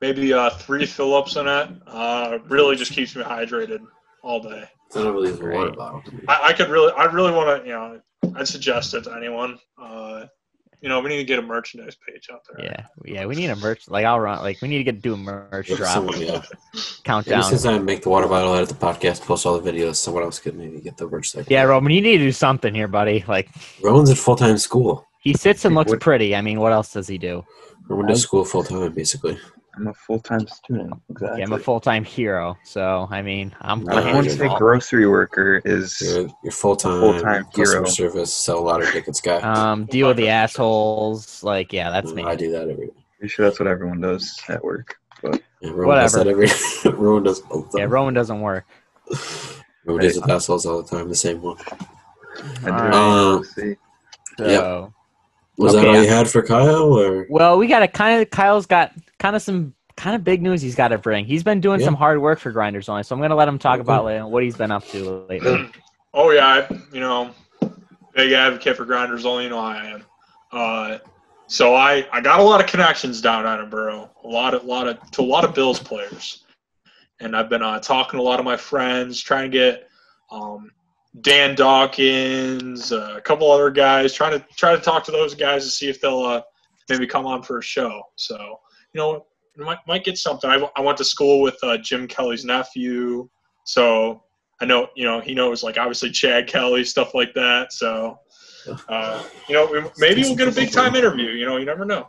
maybe uh, three fill ups in it. Uh, really just keeps me hydrated all day.
It's an unbelievable water
Great.
bottle.
I, I could really, I really want to, you know, I'd suggest it to anyone. Uh, you know, we need to get a merchandise page out there.
Yeah, yeah. We need a merch. Like I'll run. Like we need to get do a merch
If
drop
someone- yeah. Maybe
countdown.
since I make the water bottle edit the podcast, post all the videos, someone else could maybe get the merch. Like,
Yeah, Roman, you need to do something here, buddy. Like
Roman's in full time school.
he sits and looks
What-
pretty. I mean, what else does he do?
Roman does school full time, basically.
I'm a full time student. Exactly.
Yeah, I'm a full time hero. So I mean, I'm.
No,
I wouldn't
hands
say
off.
grocery worker is
You're, you're full time,
Full-time
customer
hero.
service, sell a lot of tickets guy.
Um, deal with the assholes. Like yeah, that's
Uh,
me.
I do that every day.
pretty sure that's what everyone does at work. But
And Roman does that every [laughs] Roman does both
Yeah,
yeah,
Roman doesn't work.
Roman deals with assholes all the time, the same one.
I do
Um,
see.
So.
was
Okay,
that all
yeah.
you had for Kyle or
Well, we got a kind of Kyle's got kind of some kind of big news he's got to bring. He's been doing
Yeah.
some hard work for Grinders only, so I'm gonna let him talk
Okay.
about later what he's been up to lately.
Oh yeah, I, you know, big advocate for grinders. Only you know I am. Uh, so I, I got a lot of connections down in Edinburgh. A lot of lot of to a lot of Bills players, and I've been uh, talking to a lot of my friends, trying to get um, Dan Dawkins, uh, a couple other guys, trying to try to talk to those guys to see if they'll uh, maybe come on for a show. So you know, might might get something. I, w- I went to school with uh, Jim Kelly's nephew, so I know, you know, he knows like obviously Chad Kelly stuff like that. So, uh, you know, we- maybe we'll get a big time interview. You know, you never know.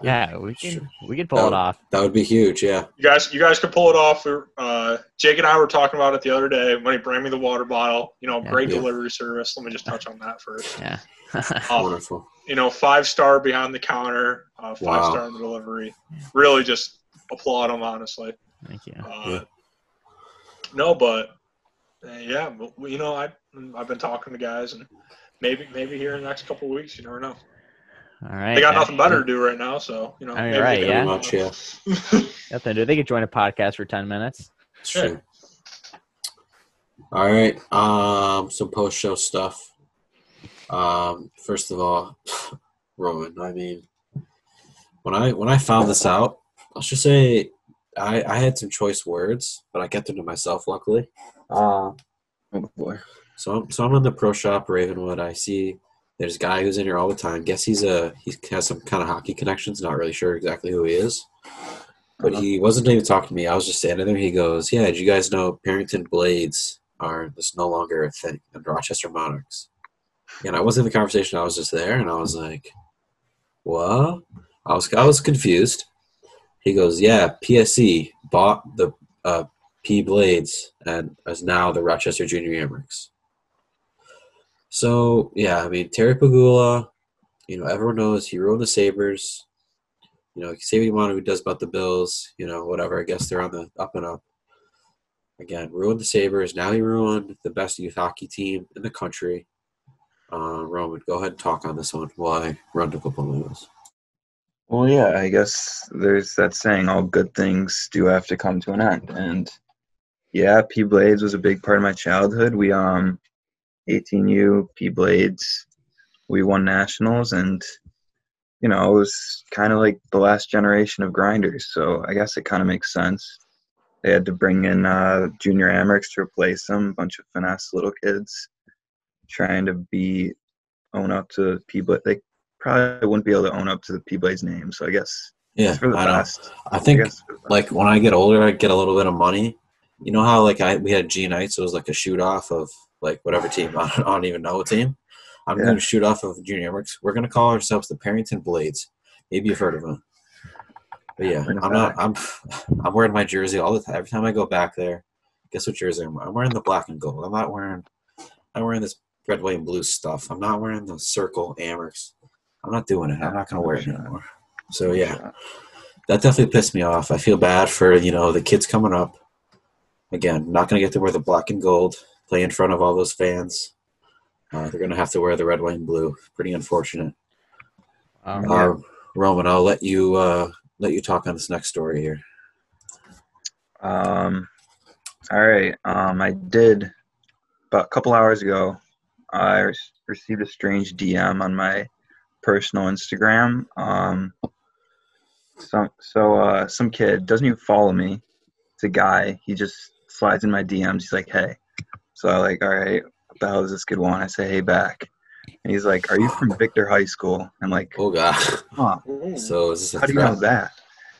yeah, we can
Sure.
we can pull
Oh.
it off.
that would be huge, yeah.
You guys, you guys could pull it off. We were, Uh, Jake and I were talking about it the other day when he brought me the water bottle. You know,
Yeah.
great
Yeah.
delivery service. Let me just touch on that first.
Yeah. [laughs] Oh.
Um,
Wonderful.
you know, five star behind the counter, uh, five
Wow.
star on the delivery. Really, just applaud him honestly.
Thank you.
Uh, no, but uh, yeah, but, you know, I I've been talking to guys, and maybe maybe here in the next couple of weeks, you never know.
All right.
They got
yeah.
nothing better to do right now, so you know.
I mean,
maybe
right,
they
yeah.
can-
Pretty much, yeah.
[laughs]
Nothing to do. They could join a podcast for ten minutes.
It's true. All right. Um, some post show stuff. Um, first of all, [laughs] Roman, I mean when I when I found this out, I should say I, I had some choice words, but I kept them to myself luckily. Um
Oh boy.
So I'm so I'm in the pro shop Ravenwood. I see there's a guy who's in here all the time. Guess he's a he has some kind of hockey connections. Not really sure exactly who he is, but he wasn't even talking to me. I was just standing there. He goes, "Yeah, did you guys know Parrington Blades are it's no longer a thing and Rochester Monarchs?" And I wasn't in the conversation. I was just there, and I was like, "What?" I was I was confused. He goes, "Yeah, PSC bought the uh, P Blades and is now the Rochester Junior Amherst." So yeah, I mean Terry Pagula, you know everyone knows he ruined the Sabers. You know, say what you want who does about the Bills. You know, whatever. I guess they're on the up and up. Again, ruined the Sabers. Now he ruined the best youth hockey team in the country. Uh, Roman, go ahead and talk on this one. While I run to couple news.
Well, yeah, I guess there's that saying all good things do have to come to an end. And Yeah, P Blades was a big part of my childhood. We um, 18U P Blades, we won nationals, and you know it was kind of like the last generation of grinders. So I guess it kind of makes sense. They had to bring in uh, junior Amherst to replace them, a bunch of finesse little kids trying to be own up to P Blade. They probably wouldn't be able to own up to the P Blade's name. So I guess
Yeah,
it's for the
I know.
best.
I think
guess-
like when I get older, I get a little bit of money. You know how like I we had G nights, it was like a shoot off of like whatever team. [laughs] I don't, I don't even know what team. I'm
Yeah.
gonna shoot off of Junior Works. We're gonna call ourselves the Parrington Blades. Maybe you've heard of them. But yeah,
Bring it
I'm not. I'm I'm wearing my jersey all the time. Every time I go back there, guess what jersey I'm wearing? I'm wearing the black and gold. I'm not wearing. I'm wearing this red, white, and blue stuff. I'm not wearing the circle Amherst. I'm not doing it. I'm not gonna wear it anymore. So yeah, that definitely pissed me off. I feel bad for you know the kids coming up. Again, not gonna get to wear the black and gold. Play in front of all those fans. Uh, they're gonna have to wear the red, white, and blue. Pretty unfortunate.
Um,
Uh, Roman, I'll let you uh, let you talk on this next story here.
Um, all right. Um, I did about a couple hours ago. I re- received a strange DM on my personal Instagram. Um, some so uh, some kid doesn't even follow me. It's a guy. He just slides in my DMs. He's like, "Hey," so I like, "All right, what the hell does this kid want?" I say, "Hey, back," and he's like, "Are you from Victor High School?" I'm like,
"Oh God,
[laughs]
huh,
So is this a
how do you know
threat?
that?"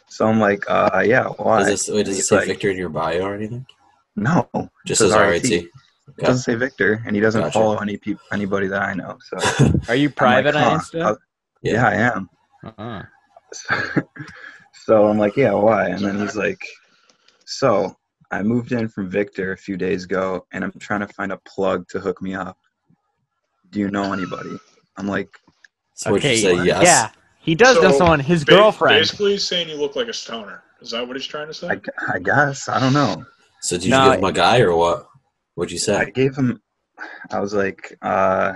So I'm like, uh, "Yeah, why?"
Does this, wait, does it
He's
say
like-
Victor in your bio or anything?
No,
Just
It
says RIT.
It
Yeah.
doesn't say Victor, and he doesn't
Gotcha.
follow any peop anybody that I know. So
Are you private on Insta?
Uh, yeah. I am.
Uh-uh.
[laughs] So I'm like, yeah, why? And then he's like, so I moved in from Victor a few days ago, and I'm trying to find a plug to hook me up. Do you know anybody? I'm like,
So would you say yes?
Yeah, he does know someone. His
ba-
girlfriend.
Basically, he's saying you look like a stoner. Is that what he's trying to say?
I guess I don't know.
So did you
No,
give him a guy or what? What'd you
I
say?
gave him. I was like, uh,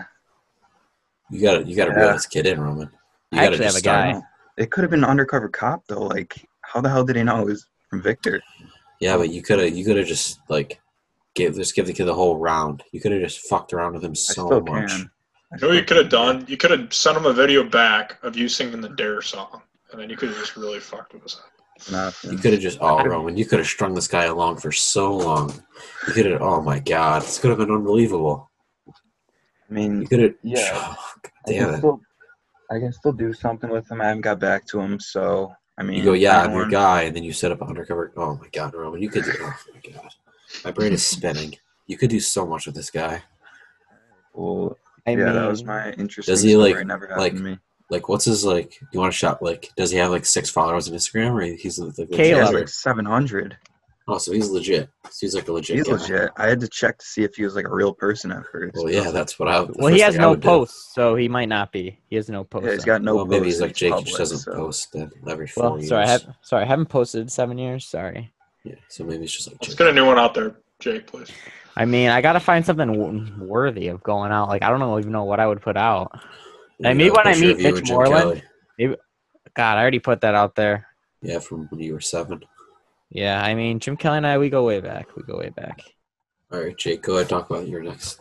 You got to you got to
Yeah.
reel this kid in, Roman. You
I
gotta
actually
just
have a
start-
guy.
it could have been an undercover cop though. Like, how the hell did he know it was from Victor?
Yeah, but you could have you could have just like give just give the kid the whole round. You could have just fucked around with him so
still
much.
can.
You know what you could have done? You could have sent him a video back of you singing the Dare song, and then you could have just really fucked with us.
You
Nothing.
could have just oh Roman, you could have strung this guy along for so long. You could have oh my god, this could have been unbelievable.
I mean,
You could have [laughs]
Yeah. I
damn
can
it.
still, I can still do something with him. I haven't got back to him, so I mean,
You go, yeah,
I
I'm your
don't-
guy, and then you set up an undercover. Oh my god, Roman, you could do. Oh my god, my brain is spinning. You could do so much with this guy.
Well,
I
yeah, that was
mean,
my interesting.
Does he
story.
like
It never happened
like
to me.
like what's his like? You want to shop? Like, does he have like six followers on Instagram, or he's like legit?
He has
Caleb.
like 700.
Oh, so he's legit. So he's like a legit.
He's
guy.
legit. I had to check to see if he was like a real person at first.
Well, yeah, that's what I. the
Well, he
first
has
thing I
no
would do.
posts, so he might not be. He has no posts.
Yeah, he's
up.
got no.
well, maybe
posts
he's like
and
Jake. he
public,
just doesn't
so-
post uh, every four
Well,
years.
sorry, I have sorry, I haven't posted in seven years. Sorry.
yeah, so maybe it's just like
Let's
Jake.
get a new one out there, Jake, please.
I mean, I gotta find something w- worthy of going out. Like, I don't know, even know what I would put out. I mean,
got a
when I
picture
meet
of you
Mitch
and Jim
Moreland-
Kelly.
God, I already put that out there.
Yeah, from when you were seven.
Yeah, I mean, Jim Kelly and I, we go way back. We go way back.
All right, Jake, go ahead. Talk about your next.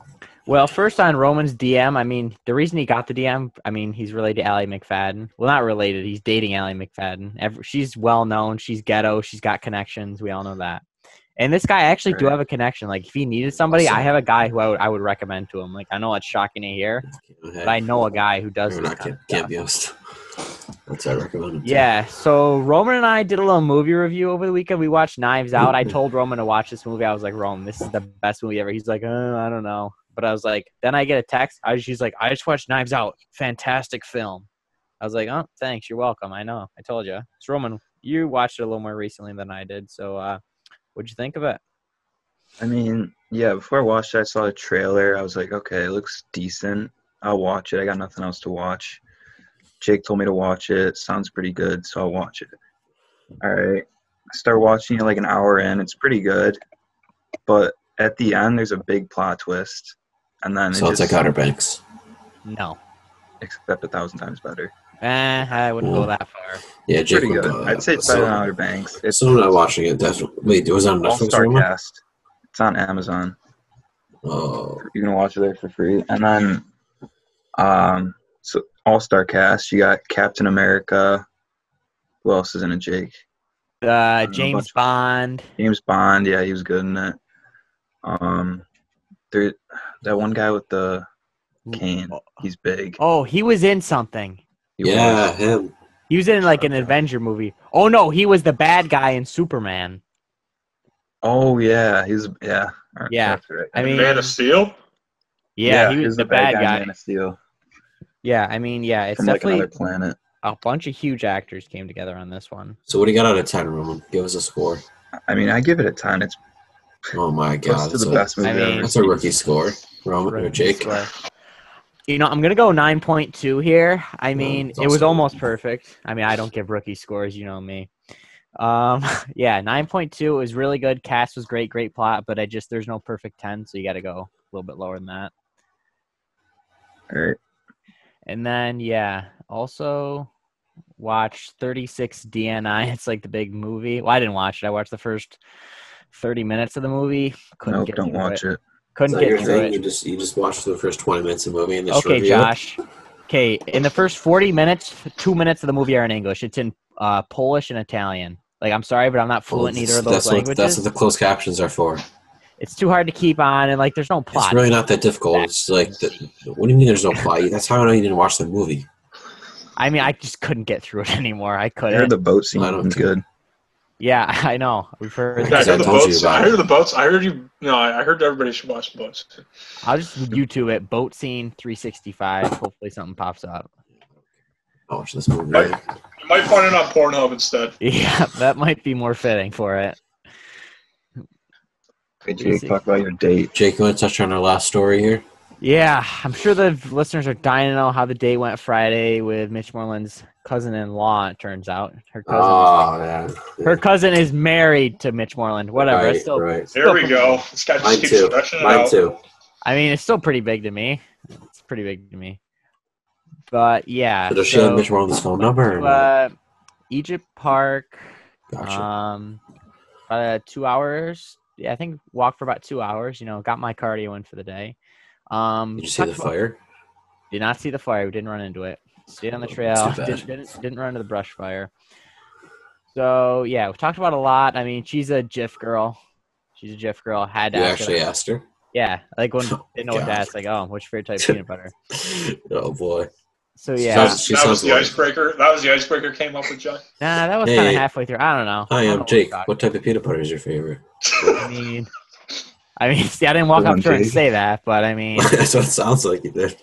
Well, first on Roman's DM, I mean, the reason he got the DM, I mean, he's related to Allie McFadden. Well, not related. He's dating Allie McFadden. Every, she's well known. She's ghetto. She's got connections. We all know that. And this guy I actually do
Right.
have a connection. Like, if he needed somebody, I
Awesome.
have a guy who I would I would recommend to him. Like, I know it's shocking to hear,
Go ahead.
but I know a guy who does
Or
this
not
kind of
Cam-
stuff.
cameos. That's what I recommend. him to.
Yeah, so Roman and I did a little movie review over the weekend. We watched Knives Out. I told Roman to watch this movie. I was like, Roman, this is the best movie ever. He's like, uh, I don't know. But I was like, then I get a text. I was, she's like, I just watched Knives Out. Fantastic film. I was like, oh, thanks. You're welcome. I know. I told you. It's Roman. You watched it a little more recently than I did. So, uh, what'd you think of it?
I mean, yeah. Before I watched it, I saw a trailer. I was like, okay, it looks decent. I'll watch it. I got nothing else to watch. Jake told me to watch it. Sounds pretty good, so I'll watch it. All right. I start watching it like an hour in. It's pretty good, but at the end, there's a big plot twist, and then
So
it
it's
just
like Outer Banks.
No.
except a thousand times better.
Eh, I wouldn't go that far.
Yeah, Jake
pretty
would uh,
good.
go-
I'd say it's
so,
better than Outer Banks. It's
so I'm not watching it. Definitely. Wait, it was on
all
Netflix.
star
Roman?
cast. on Amazon.
Oh,
You can watch it there for free. And then, um, so All Star cast. You got Captain America. Who else is in it? Jake.
Uh, James Bond.
James Bond. Yeah, he was good in it. Um, there, that one guy with the cane. He's big.
uh, Oh, he was in something.
He was-
him.
He was in like an Avenger movie. Oh no, he was the bad guy in Superman.
Oh yeah, he's yeah.
Yeah,
That's right.
I mean,
Man of Steel.
yeah, he was the, bad guy.
Man of Steel
Yeah, I mean, yeah, it's
from like
definitely
another planet.
a bunch of huge actors came together on this one.
So what do you got out of ten, Roman? Give us a score.
I mean, I give it a ten. It's
Oh my god,
close to
that's,
the
a,
best movie
I
I've
mean-
ever.
that's a rookie score, Roman or
Rookie
Oh, Jake.
score. You know, I'm gonna go 9.2 here. I mean,
it's
it was
also-
almost perfect. I mean, I don't give rookie scores, you know me. Um, [laughs] yeah, 9.2 it was really good. Cast was great, great plot, but I just there's no perfect 10, so you got to go a little bit lower than that.
All right.
And then yeah, also watch 36 DNI. [laughs] It's like the big movie. Well, I didn't watch it. I watched the first 30 minutes of the movie. Couldn't
Nope,
get
don't
through
watch it.
Is
Couldn't
that your
get through
thing?
it.
You just you just watch the first twenty minutes of the movie and just
Okay,
review.
Josh. Okay, in the first 40 minutes, two minutes of the movie are in English. It's in uh, Polish and Italian. Like, I'm sorry, but I'm not
Well,
fluent in either of
Oh, that's- that's
those languages.
What, that's what the closed captions are for.
It's too hard to keep on, and like, there's no plot.
It's really not that difficult. It's like, the, what do you mean there's no plot? That's how I know you didn't watch the movie.
I mean, I just couldn't get through it [laughs] anymore. I
I heard
couldn't.
the boat scene
I don't
was good.
Yeah, [laughs] I know.
[laughs]
We've heard.
Yeah, I
Because I
heard the
told you
boats.
about
I
it.
heard the boats. I heard you. No, I I heard everybody should watch the boats.
I'll just YouTube it. Boat scene 365. Hopefully, something pops up.
I watched this movie.
Right. You might find it on Pornhub instead.
[laughs] Yeah, that might be more fitting for it.
Hey, Jake, talk about your date.
Jake, you want to touch on our last story here?
Yeah, I'm sure the v- listeners are dying to know how the day went Friday with Mitch Moreland's cousin-in-law. It turns out her cousin,
Oh, man.
her cousin is married to Mitch Moreland. Whatever.
Right,
it's still,
right.
There we go. This guy
Mine
just keeps
too.
stretching it
Mine
out.
too.
I mean, it's still pretty big to me. It's pretty big to me. But yeah,
So does she have
so,
Mitch Moreland's phone number? Or not?
uh, Egypt Park.
Gotcha.
Um, uh, two hours. Yeah, I think walked for about two hours. You know, got my cardio in for the day. Um,
Did you see
talked
the
about-
fire?
Did not see the fire. We didn't run into it. Stayed on the
Oh,
trail.
too bad.
Didn't, didn't didn't run into the brush fire. So yeah, we talked about a lot. I mean, she's a GIF girl. She's a GIF girl. Had to
You
ask her-
actually asked her? [laughs]
Yeah, like when didn't know what to
God.
ask. Like, oh, what's
[laughs]
your favorite type of peanut butter?
oh, boy.
So
She
yeah,
sounds- she
that was
sounds
the
like,
icebreaker. That was the icebreaker came up with John.
nah, that was
Hey.
kind of halfway through. I don't know.
Hi,
I don't know
I'm
what
Jake.
we talked
What type of peanut butter is your favorite?
about. I mean, [laughs] I mean, see, I didn't walk
Come
up
on,
to her and
Jake.
say that, but I mean,
[laughs] that's what it sounds like you did.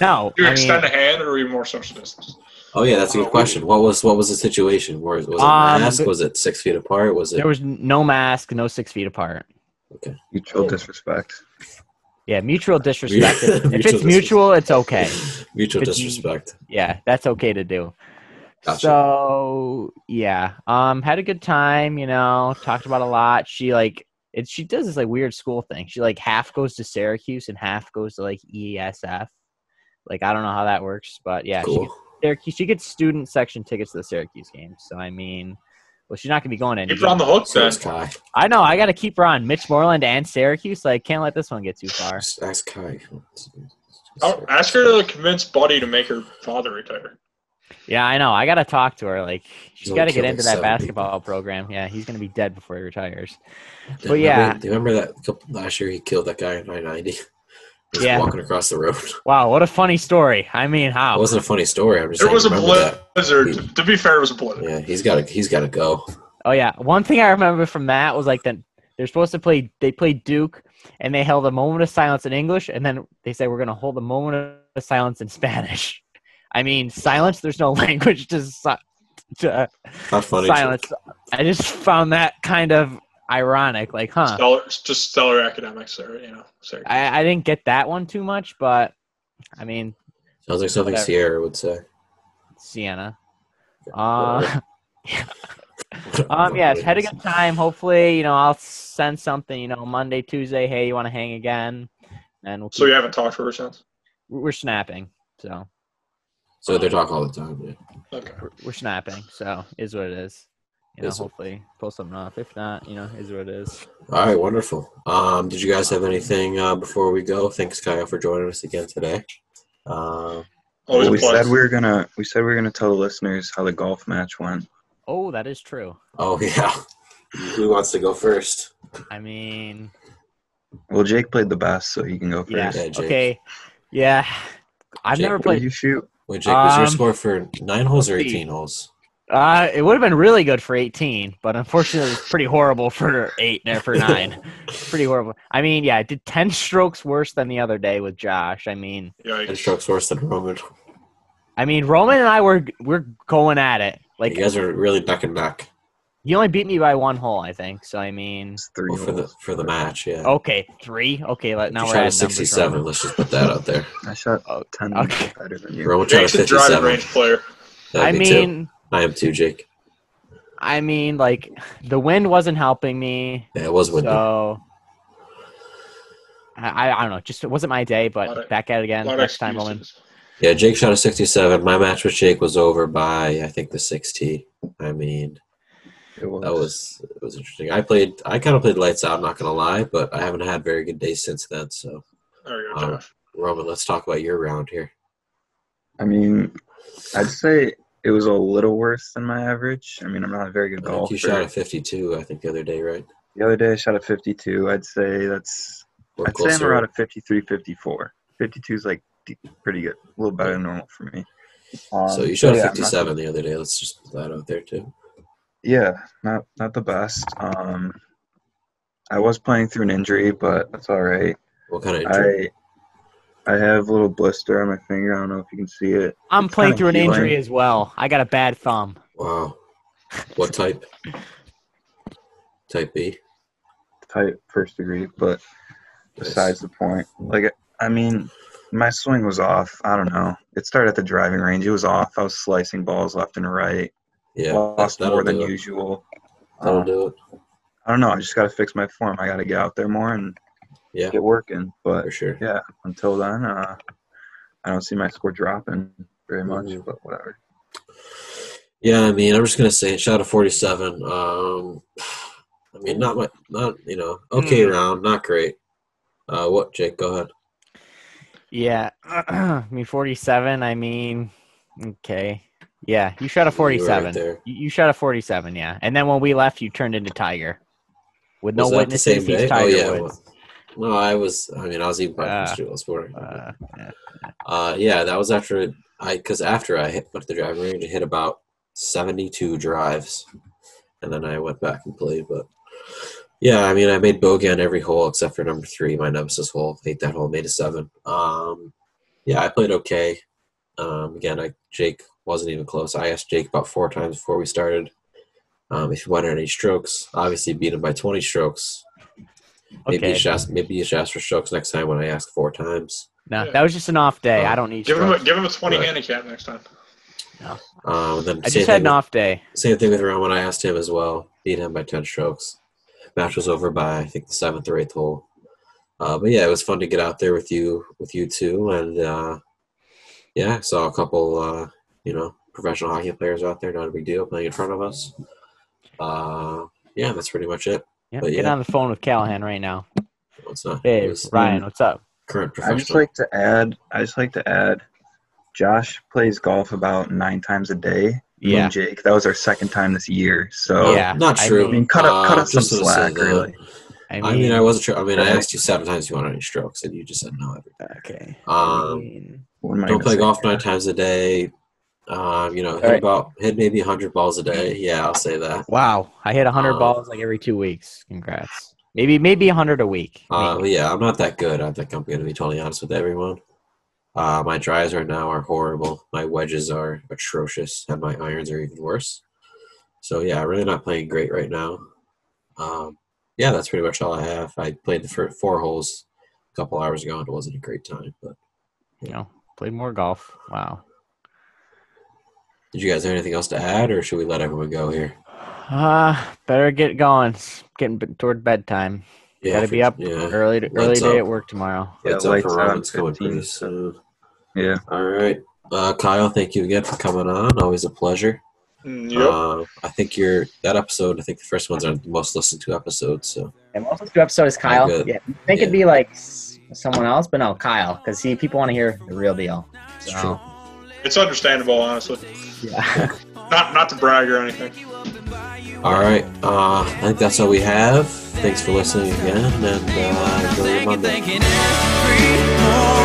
no,
[laughs] Do you
I mean,
extend a hand or are you more social distance?
Oh yeah, that's a good question. What was what was the situation? Was, was it
Um,
mask?
the-
was it six feet apart? Was it
there was no mask, no six feet apart.
Mutual disrespect.
Yeah, mutual disrespect. if
Mutual
it's mutual, it's okay.
mutual
Could you-
disrespect?
yeah, that's okay to do.
Gotcha.
So yeah, um, had a good time. You know, talked about a lot. She like it. She does this like weird school thing. She like half goes to Syracuse and half goes to like ESF. Like I don't know how that works, but yeah, she
cool.
gets Syracuse. She gets student section tickets to the Syracuse games. So I mean, well, she's not gonna be going to any.
Keep it on the
games.
hook,
So
then.
it's Kai.
I know. I gotta keep her on Mitch Moreland and Syracuse. Like can't let this one get too far.
Just ask Kai.
Oh, ask her to convince Buddy to make her father retire.
Yeah, I know. I gotta talk to her. Like she's
only
gotta get
killed,
into
like, seven
that
people.
basketball program. Yeah, he's gonna be dead before he retires.
Do you
but
remember-
yeah.
do you remember that couple, last year he killed that guy in [laughs] 990? He was
Yeah.
walking across the
[laughs]
road.
Wow, what a funny story. I mean,
It
how?
wasn't a funny story. I'm just
It
saying,
was a
remember that.
blizzard. To, to be fair, it was a blizzard.
Yeah, he's got to he's got to go.
Oh yeah, one thing I remember from that was like that they're supposed to play. They played Duke, and they held a moment of silence in English, and then they said we're gonna hold a moment of silence in Spanish. I mean, silence. There's no [laughs] language to, si- to uh,
Not funny. Jake.
silence. I just found that kind of ironic. Like, huh?
Stellar, just stellar academics, or you know, sorry.
I, I didn't get that one too much, but I mean,
Sounds like something
Whatever.
Sierra would say.
Sienna. Uh,
[laughs]
um, yes, had a good time. Hopefully, you know, I'll send something, you know, Monday, Tuesday. Hey, you want to hang again? And we'll keep,
So you haven't talked to her since.
we're snapping. So
So they talk all the time. Yeah.
Okay.
we're snapping. So is what it is. you know,
Yes.
hopefully pull something off. If not, you know, is what it is.
All right, wonderful. Um, did you guys have anything uh, before we go? Thanks, Kyle, for joining us again today. Uh,
Well, we said we were gonna we said we were gonna tell the listeners how the golf match went.
Oh, that is true.
oh [laughs] yeah, who wants to go first?
I mean,
Well, Jake played the best, so you can go
yeah.
first.
okay. Yeah. I've
Jake,
never
What did
played.
you shoot?
Wait, Jake, was your
Um,
score for nine holes or
let's see.
eighteen holes?
Uh, it would have been really good for 18, but unfortunately, it's pretty horrible for eight and for nine. pretty horrible. I mean, yeah, I did 10 strokes worse than the other day with Josh. I mean,
Ten strokes worse than Roman.
I mean, Roman and I were we're going at it. Like
you guys are really neck and neck.
he only beat me by one hole, I think. So I mean,
Three
Well, for the
holes.
for the match, yeah.
okay, three. Okay, let Oh, now
You
we're
shot a
at
sixty-seven. Let's just put that out
[laughs]
there.
I shot ten
Oh, Okay.
better than you.
Roman shot a
Jake's a driving
fifty-seven.
range player.
I
That'd be two.
mean,
I am too, Jake.
I mean, like the wind wasn't helping me.
Yeah, it was windy.
So I, I don't know. Just it wasn't my day,
Lot
but
of-
back at it again
lot of
next time, Roman.
excuses.
Yeah, Jake shot a 67. My match with Jake was over by I think the 60. I mean,
It was,
that was it was interesting. I played I kind of played lights out, I'm not going to lie, but I haven't had very good days since then. So,
There you go,
Um,
Josh.
Roman, let's talk about your round here.
I mean, I'd say it was a little worse than my average. I mean, I'm not a very good
I think
golfer.
you shot a 52 I think the other day, right?
the other day I shot a 52. I'd say that's
Or
I'd say I'm around a 53, 54. 52 is like d- pretty good, a little better than normal for me. Um,
so you shot
yeah,
a
I'm not-
57 the other day. Let's just put that out there too.
Yeah, not not the best. Um, I was playing through an injury, but that's all right.
What kind of injury?
I I have a little blister on my finger. I don't know if you can see it.
I'm
It's
playing
kinda
through an
healing.
injury as well. I got a bad thumb.
wow. What type? type B.
type first degree, but besides the point. Like, I mean, my swing was off. I don't know. It started at the driving range. It was off. I was slicing balls left and right.
Yeah.
Lost
that'll
more than
do it.
usual.
That'll
Um,
do it.
I don't know. I just got to fix my form. I got to get out there more and
Yeah,
get working. But
for sure.
yeah, until then, uh, I don't see my score dropping very much.
Mhm.
But whatever.
Yeah, I mean, I'm just gonna say it shot a 47. Um, I mean, not my, not you know, okay
Hmm.
round, not great. Uh, what, Jake? Go ahead.
Yeah. [clears throat] I mean, 47. I mean, okay. Yeah, you shot a
You were right
47.
there.
You, you shot a 47, yeah. And then when we left, you turned into Tiger. With no
Was that the same
witnesses, he's
day? Oh,
Tiger
yeah, it
Woods.
No, I was. I mean, I was eating breakfast
Ah.
too. I was bored.
Uh,
Uh, yeah, that was after I, because after I hit went to the driving range, I hit about 72 drives, and then I went back and played. But yeah, I mean, I made bogey on every hole except for number three, my nemesis hole. Hate that hole. Made a seven. Um, yeah, I played okay. Um, again, I Jake wasn't even close. I asked Jake about four times before we started um, if he wanted any strokes. Obviously, beat him by 20 strokes. Maybe you
okay.
should ask. Maybe you should ask for strokes next time when I ask four times.
No, that was just an off day.
Oh.
I don't need
Give him a
strokes.
give him a twenty
Right.
handicap next time.
Um, then
I
same
just had
thing
an
with-
off day.
Same thing with Roman. I asked him as well. Beat him by ten strokes. Match was over by I think the seventh or eighth hole. Uh, but yeah, it was fun to get out there with you with you two, and uh, yeah, saw a couple uh, you know professional hockey players out there. Not a big deal playing in front of us. Uh, yeah, that's pretty much it.
Yeah,
But
get
yeah.
on the phone with Callahan right now.
Well, It's not. it
Hey,
was
Ryan, what's up?
current
I
professional.
just like to add. I just like to add. Josh plays golf about nine times a day. Me
Yeah.
and Jake. That was our second time this year. So
Uh,
Yeah,
not
I
true.
I mean, cut, up, cut
Uh,
us some
just to say
slack,
that-
really.
I mean,
I mean, I wasn't sure. I mean, I
Right.
asked you seven times if you wanted any strokes, and you just said no every time.
okay. I
Um,
mean,
What am I
don't
gonna
play
say?
golf nine times a day. Um, you know, hit
right.
about hit maybe hundred balls a day. Yeah, I'll say that.
wow, I hit 100
Um,
balls like every two weeks. Congrats. Maybe maybe 100 a week.
Uh,
Maybe.
but yeah, I'm not that good. I think I'm going to be totally honest with everyone. Uh, my drives right now are horrible. My wedges are atrocious, and my irons are even worse. So yeah, I'm really not playing great right now. Um, yeah, that's pretty much all I have. I played the first four holes a couple hours ago, and it wasn't a great time. But
you know, played more golf. Wow.
did you guys have anything else to add, or should we let everyone go here?
Ah, better get going. It's getting b- toward bedtime.
Yeah,
Gotta be up
Yeah.
early. Early
Lights
day
up.
at work tomorrow.
Yeah,
Lights up
lights
for
out,
Robin's coming pretty
15.
soon.
Yeah.
All right. Uh, Kyle, thank you again for coming on. Always a pleasure.
Yep.
Uh, I think you're that episode. I think the first one's our most listened to episode. So
And most of the episode is Kyle.
Good.
Yeah, you think it'd be like s- someone else, but no, Kyle, because see, people want to hear the real deal. So,
It's understandable, honestly.
Yeah.
Not not to brag or anything.
all right, uh, I think that's all we have. Thanks for listening again, and uh, enjoy your Monday.
Thinking every moment